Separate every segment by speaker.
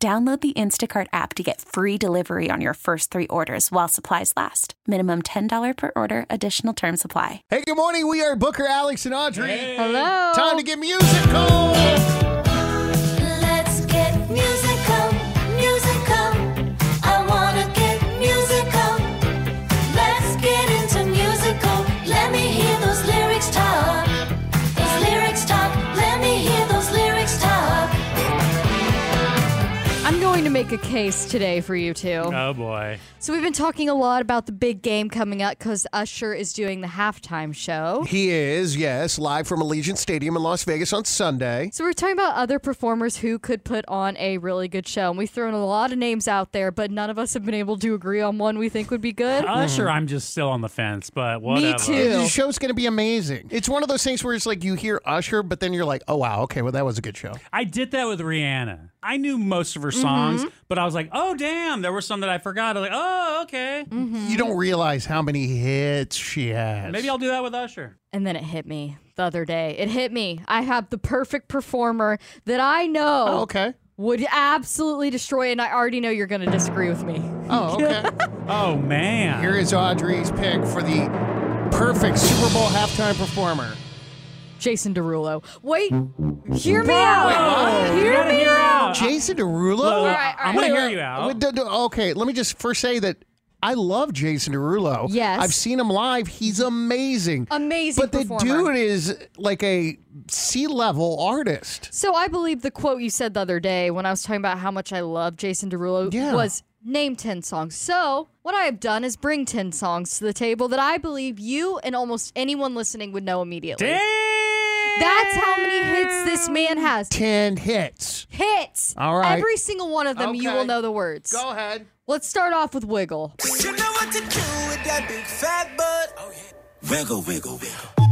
Speaker 1: Download the Instacart app to get free delivery on your first three orders while supplies last. Minimum $10 per order, additional term supply.
Speaker 2: Hey, good morning. We are Booker, Alex, and Audrey.
Speaker 3: Hello.
Speaker 2: Time to get musical.
Speaker 4: Let's get musical, musical. I wanna get musical. Let's get into musical. Let me hear those lyrics talk. Those lyrics talk. Let me hear those lyrics talk.
Speaker 3: I'm going to make a case today for you two.
Speaker 5: Oh boy.
Speaker 3: So we've been talking a lot about the big game coming up because Usher is doing the halftime show.
Speaker 2: He is, yes, live from Allegiant Stadium in Las Vegas on Sunday.
Speaker 3: So we're talking about other performers who could put on a really good show. And we've thrown a lot of names out there, but none of us have been able to agree on one we think would be good.
Speaker 2: Mm-hmm.
Speaker 5: Usher, I'm just still on the fence, but whatever.
Speaker 3: too.
Speaker 2: The show's going to be amazing. It's one of those things where it's like you hear Usher, but then you're like, oh, wow, okay, well, that was a good show.
Speaker 5: I did that with Rihanna. I knew most of her
Speaker 2: Mm-hmm.
Speaker 5: songs, but I was like, oh damn, there were some that I forgot. I was like, oh okay,
Speaker 2: You don't realize how many hits she has.
Speaker 5: maybe I'll do that with Usher.
Speaker 3: And then it hit me the other day. It hit me. I have the perfect performer that I know
Speaker 2: Oh, okay.
Speaker 3: would absolutely destroy, and I already know you're going to disagree with me.
Speaker 2: Oh, okay.
Speaker 5: Oh man.
Speaker 2: Here is Audrey's pick for the perfect Super Bowl halftime performer.
Speaker 3: Jason Derulo. Wait, hear me out.
Speaker 5: you
Speaker 3: Hear
Speaker 5: gotta
Speaker 3: me
Speaker 5: hear
Speaker 3: out.
Speaker 5: out.
Speaker 2: Jason Derulo?
Speaker 5: Look,
Speaker 3: right, all
Speaker 5: uh, I'm
Speaker 3: right.
Speaker 5: gonna hear
Speaker 2: Wait,
Speaker 5: you out.
Speaker 2: wait, d- d- Okay, let me just first say that I love Jason Derulo.
Speaker 3: Yes.
Speaker 2: I've seen him live. He's amazing.
Speaker 3: Amazing
Speaker 2: But the
Speaker 3: performer.
Speaker 2: dude is like a C level artist.
Speaker 3: So I believe the quote you said the other day when I was talking about how much I love Jason Derulo
Speaker 2: Yeah.
Speaker 3: was name 10 songs. So what I have done is bring 10 songs to the table that I believe you and almost anyone listening would know immediately.
Speaker 5: Damn.
Speaker 3: That's how many hits this man has.
Speaker 2: 10 hits.
Speaker 3: Hits.
Speaker 2: All right.
Speaker 3: Every single one of them, you
Speaker 2: Okay.
Speaker 3: will know the words.
Speaker 2: ahead.
Speaker 3: Let's start off with Wiggle.
Speaker 6: You know what to do with that big fat butt. Wiggle, wiggle, wiggle.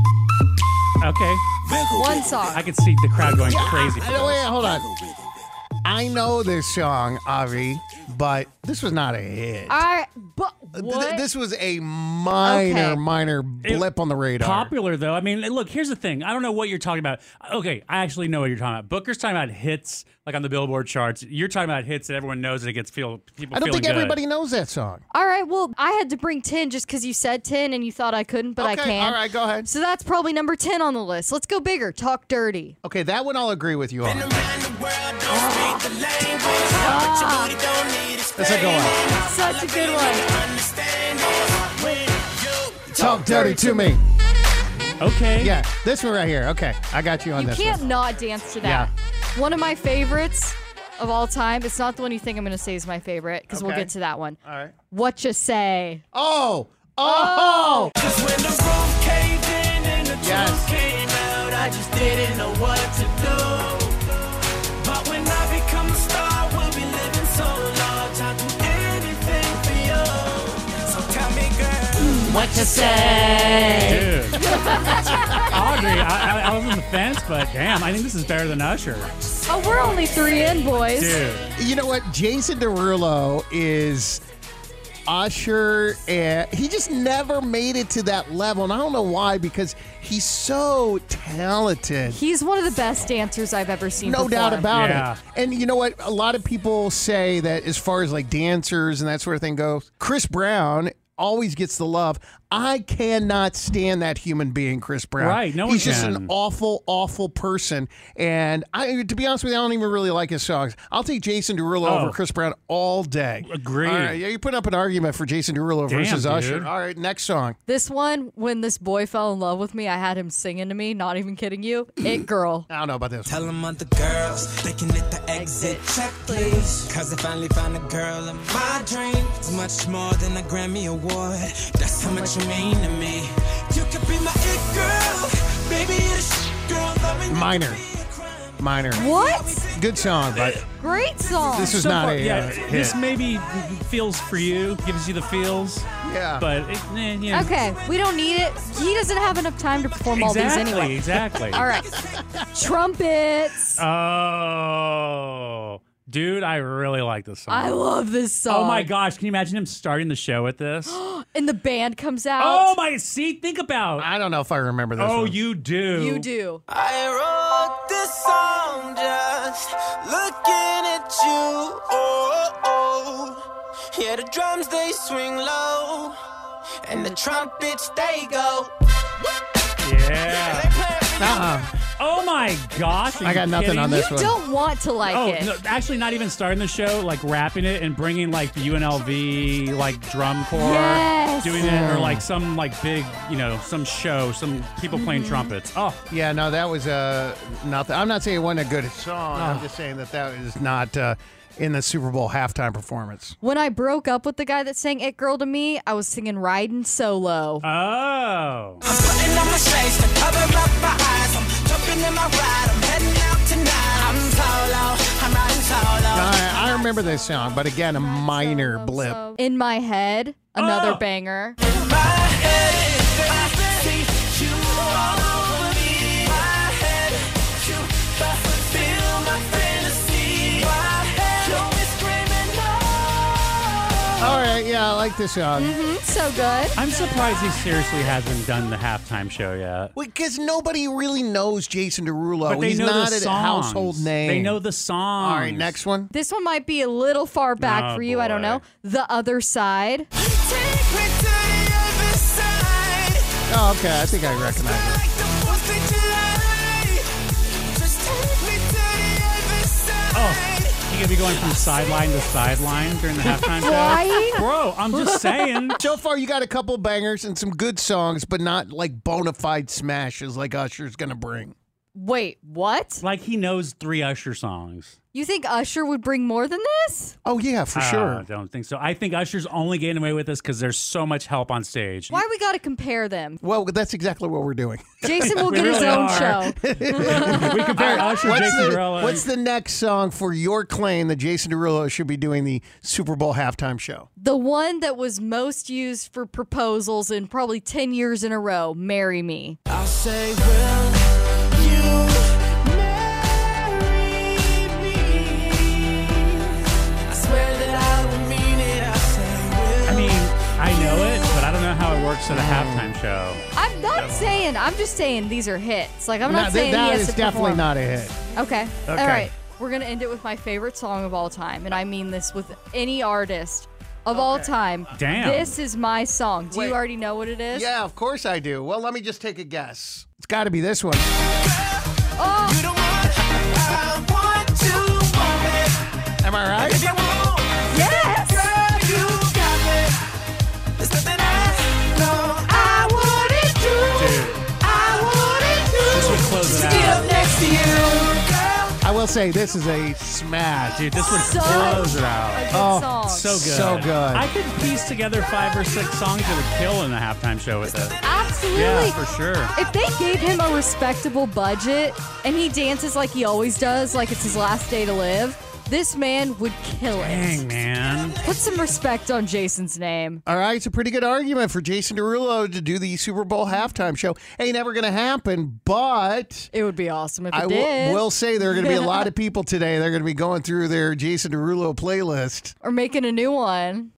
Speaker 5: Okay,
Speaker 6: Wiggle,
Speaker 3: One
Speaker 6: wiggle,
Speaker 3: song.
Speaker 5: I could see the crowd going crazy.
Speaker 2: I know, wait, hold on.
Speaker 6: wiggle, wiggle, wiggle.
Speaker 2: I know this song, Avi, but this was not a hit.
Speaker 3: All right. But
Speaker 2: Uh, Th-
Speaker 3: Uh, what?
Speaker 2: this was a minor,
Speaker 3: Okay.
Speaker 2: minor blip on the radar.
Speaker 5: Popular though. I mean, look, here's the thing. I don't know what you're talking about. Okay, I actually know what you're talking about. Booker's talking about hits like on the Billboard charts. You're talking about hits that everyone knows and it gets feel people
Speaker 2: I don't
Speaker 5: feeling
Speaker 2: think
Speaker 5: good.
Speaker 2: everybody knows that song.
Speaker 3: All right. Well, I had to bring 10 just because you said 10 and you thought I couldn't, but I
Speaker 2: Okay,
Speaker 3: can.
Speaker 2: all right, go ahead.
Speaker 3: So that's probably number 10 on the list. Let's go bigger. Talk dirty.
Speaker 2: Okay, that one I'll agree with you on.
Speaker 6: Around the world, don't
Speaker 3: Uh-huh.
Speaker 6: speak the language. But
Speaker 3: Ah.
Speaker 6: your booty don't need
Speaker 2: Let's go on.
Speaker 3: Such a good one.
Speaker 2: Talk dirty to me.
Speaker 5: Okay.
Speaker 2: Yeah, this one right here. Okay, I got you on
Speaker 3: You
Speaker 2: this
Speaker 3: can't
Speaker 2: one.
Speaker 3: not dance to that. One of my favorites of all time. It's not the one you think I'm going to say is my favorite because we'll
Speaker 2: Okay.
Speaker 3: get to that one.
Speaker 2: All right.
Speaker 3: What you say?
Speaker 2: Oh, oh,
Speaker 6: Cause when the roof caved in and the truth
Speaker 2: Yes.
Speaker 6: came out, I just didn't know what to do. But when I become a star, we'll be living so large. I'll do anything for you. So tell me, girl.
Speaker 2: what you say?
Speaker 5: Dude. Audrey, I, I, I was on the fence, but damn, I think this is better than Usher.
Speaker 3: Oh, we're only three in, boys.
Speaker 5: Dude.
Speaker 2: You know what? Jason Derulo is Usher, and he just never made it to that level, and I don't know why because he's so talented.
Speaker 3: He's one of the best dancers I've ever seen.
Speaker 2: No doubt
Speaker 3: perform.
Speaker 2: about
Speaker 5: Yeah.
Speaker 2: it. And you know what? A lot of people say that as far as like dancers and that sort of thing goes, Chris Brown always gets the love. I cannot stand that human being, Chris Brown.
Speaker 5: Right, no one
Speaker 2: He's just an
Speaker 5: can.
Speaker 2: awful, awful person. And I, to be honest with you, I don't even really like his songs. I'll take Jason Derulo
Speaker 5: Oh.
Speaker 2: over Chris Brown all day.
Speaker 5: Agreed.
Speaker 2: All right, yeah, you're putting up an argument for Jason Derulo
Speaker 5: Damn,
Speaker 2: versus Usher.
Speaker 5: dude.
Speaker 2: All right, next song.
Speaker 3: This one, when this boy fell in love with me, I had him singing to me. Not even kidding you. It girl.
Speaker 2: I don't know about this.
Speaker 6: Tell them other girls they can hit the exit check, please. Cause I finally found a girl in my dreams. Much more than a Grammy award. That's how much you mean to me. You could be my it girl. Baby, you're the sh- girl. Loving you
Speaker 2: Minor.
Speaker 6: could be a crime.
Speaker 2: Minor.
Speaker 3: What?
Speaker 2: good song, but
Speaker 3: Great song.
Speaker 2: this was
Speaker 5: So
Speaker 2: not
Speaker 5: far-
Speaker 2: a
Speaker 5: yeah,
Speaker 2: uh, hit.
Speaker 5: this maybe feels for you, gives you the feels,
Speaker 2: yeah.
Speaker 5: but it, eh, you know.
Speaker 3: okay, we don't need it. He doesn't have enough time to perform all these
Speaker 5: Exactly,
Speaker 3: anyway.
Speaker 5: exactly.
Speaker 3: All right. Trumpets.
Speaker 2: Uh,
Speaker 5: Oh, dude, I really like this song.
Speaker 3: I love this song.
Speaker 5: oh my gosh, can you imagine him starting the show with this?
Speaker 3: And the band comes out.
Speaker 5: oh my, see, think about.
Speaker 2: I don't know if I remember this.
Speaker 5: oh,
Speaker 2: one.
Speaker 5: you do.
Speaker 3: You do.
Speaker 6: I wrote this song just looking at you. Oh, oh. yeah, the drums they swing low, and the trumpets they go.
Speaker 5: Yeah.
Speaker 6: They play it for you.
Speaker 2: Uh-uh.
Speaker 5: Oh my gosh. are
Speaker 2: I got
Speaker 5: you
Speaker 2: nothing
Speaker 5: kidding
Speaker 2: on
Speaker 5: me?
Speaker 2: this
Speaker 3: You
Speaker 2: one.
Speaker 3: don't want to like
Speaker 5: Oh,
Speaker 3: it.
Speaker 5: no, actually, not even starting the show, like rapping it and bringing like the UNLV like drum corps
Speaker 3: Yes.
Speaker 5: doing it, or like some like big, you know, some show, some people playing trumpets. Oh,
Speaker 2: Yeah, no, that was uh, nothing. I'm not saying it wasn't a good song. I'm just saying that that is not uh, in the Super Bowl halftime performance.
Speaker 3: When I broke up with the guy that sang It Girl to Me, I was singing Riding Solo.
Speaker 5: Uh. oh,
Speaker 6: I'm putting on my shades to cover up my eyes. I'm jumping in my ride. I'm heading out tonight. I'm solo. I'm riding solo.
Speaker 2: I, I remember this song, but again, a minor blip.
Speaker 3: In my head, another
Speaker 5: Oh.
Speaker 3: banger.
Speaker 6: My head, I see you all over me. My head, you fulfill my fantasy. My head, you're screaming no.
Speaker 2: All right, yeah, I like this song.
Speaker 3: Mm, so good.
Speaker 5: I'm surprised he seriously hasn't done the halftime show yet.
Speaker 2: Because nobody really knows Jason Derulo.
Speaker 5: But they
Speaker 2: He's
Speaker 5: know
Speaker 2: not
Speaker 5: the
Speaker 2: a
Speaker 5: songs.
Speaker 2: household name.
Speaker 5: They know the song.
Speaker 2: All right, next one.
Speaker 3: This one might be a little far back
Speaker 5: Oh,
Speaker 3: for you. I don't
Speaker 5: boy.
Speaker 3: know. The Other Side.
Speaker 6: Take me to the other side.
Speaker 2: Oh, okay, I think I recognize it.
Speaker 6: Like the Fourth of July. Just take me to the other
Speaker 5: Oh,
Speaker 6: side.
Speaker 5: you gonna be going from sideline to sideline during the halftime
Speaker 3: Why?
Speaker 5: show, bro? I'm just saying.
Speaker 2: So far, you got a couple bangers and some good songs, but not like bona fide smashes like Usher's gonna bring.
Speaker 3: Wait, what?
Speaker 5: Like he knows three Usher songs.
Speaker 3: You think Usher would bring more than this?
Speaker 2: Oh yeah, for
Speaker 5: Ah, I
Speaker 2: sure.
Speaker 5: don't think so. I think Usher's only getting away with this because there's so much help on stage.
Speaker 3: Why we gotta compare them?
Speaker 2: Well, that's exactly what we're doing.
Speaker 3: Jason will
Speaker 5: We
Speaker 3: get his
Speaker 5: really
Speaker 3: own
Speaker 5: are.
Speaker 3: show.
Speaker 5: we compare Usher,
Speaker 2: What's
Speaker 5: Jason
Speaker 2: the,
Speaker 5: Derulo.
Speaker 2: what's the next song for your claim that Jason Derulo should be doing the Super Bowl halftime show?
Speaker 3: The one that was most used for proposals in probably 10 years in a row, Marry Me.
Speaker 6: I say, will you marry me? I swear that I would mean it. I say, will
Speaker 5: I mean, I know it, but I don't know how it works at a halftime show.
Speaker 3: I'm not saying, I'm just saying these are hits. Like, I'm not
Speaker 2: No, th-
Speaker 3: saying
Speaker 2: that
Speaker 3: he has
Speaker 2: is
Speaker 3: to
Speaker 2: definitely
Speaker 3: perform.
Speaker 2: not a hit.
Speaker 3: Okay. All
Speaker 2: Okay.
Speaker 3: right. We're going to end it with my favorite song of all time. And I mean this with any artist of all time.
Speaker 5: Damn.
Speaker 3: This is my song. Do
Speaker 2: Wait.
Speaker 3: you already know what it is?
Speaker 2: Yeah, of course I do. Well, let me just take a guess. It's got to be this one.
Speaker 3: Oh,
Speaker 6: you the one I want to want it.
Speaker 2: Am I
Speaker 6: If
Speaker 2: right?
Speaker 6: you want,
Speaker 3: yes.
Speaker 6: girl, you got it. There's nothing I know I wouldn't do. I wouldn't do.
Speaker 5: This would close it
Speaker 6: Just to get
Speaker 5: out.
Speaker 6: up next to you, girl.
Speaker 2: I will say this is a smash.
Speaker 5: Dude, this would
Speaker 3: So-
Speaker 5: close it
Speaker 3: A
Speaker 5: out.
Speaker 3: good
Speaker 2: Oh,
Speaker 3: song.
Speaker 5: So good.
Speaker 2: So good.
Speaker 5: I could piece together five or six songs that would kill in a halftime show with it.
Speaker 3: Absolutely.
Speaker 5: Yeah, for sure.
Speaker 3: If they gave him a respectable budget and he dances like he always does, like it's his last day to live, this man would kill
Speaker 5: Dang,
Speaker 3: it.
Speaker 5: man.
Speaker 3: Put some respect on Jason's name.
Speaker 2: All right, it's a pretty good argument for Jason Derulo to do the Super Bowl halftime show. Ain't never going to happen, but
Speaker 3: It would be awesome if it
Speaker 2: I
Speaker 3: did.
Speaker 2: will, will say there are going to be a lot of people today. They're going to be going through their Jason Derulo playlist.
Speaker 3: or making a new one.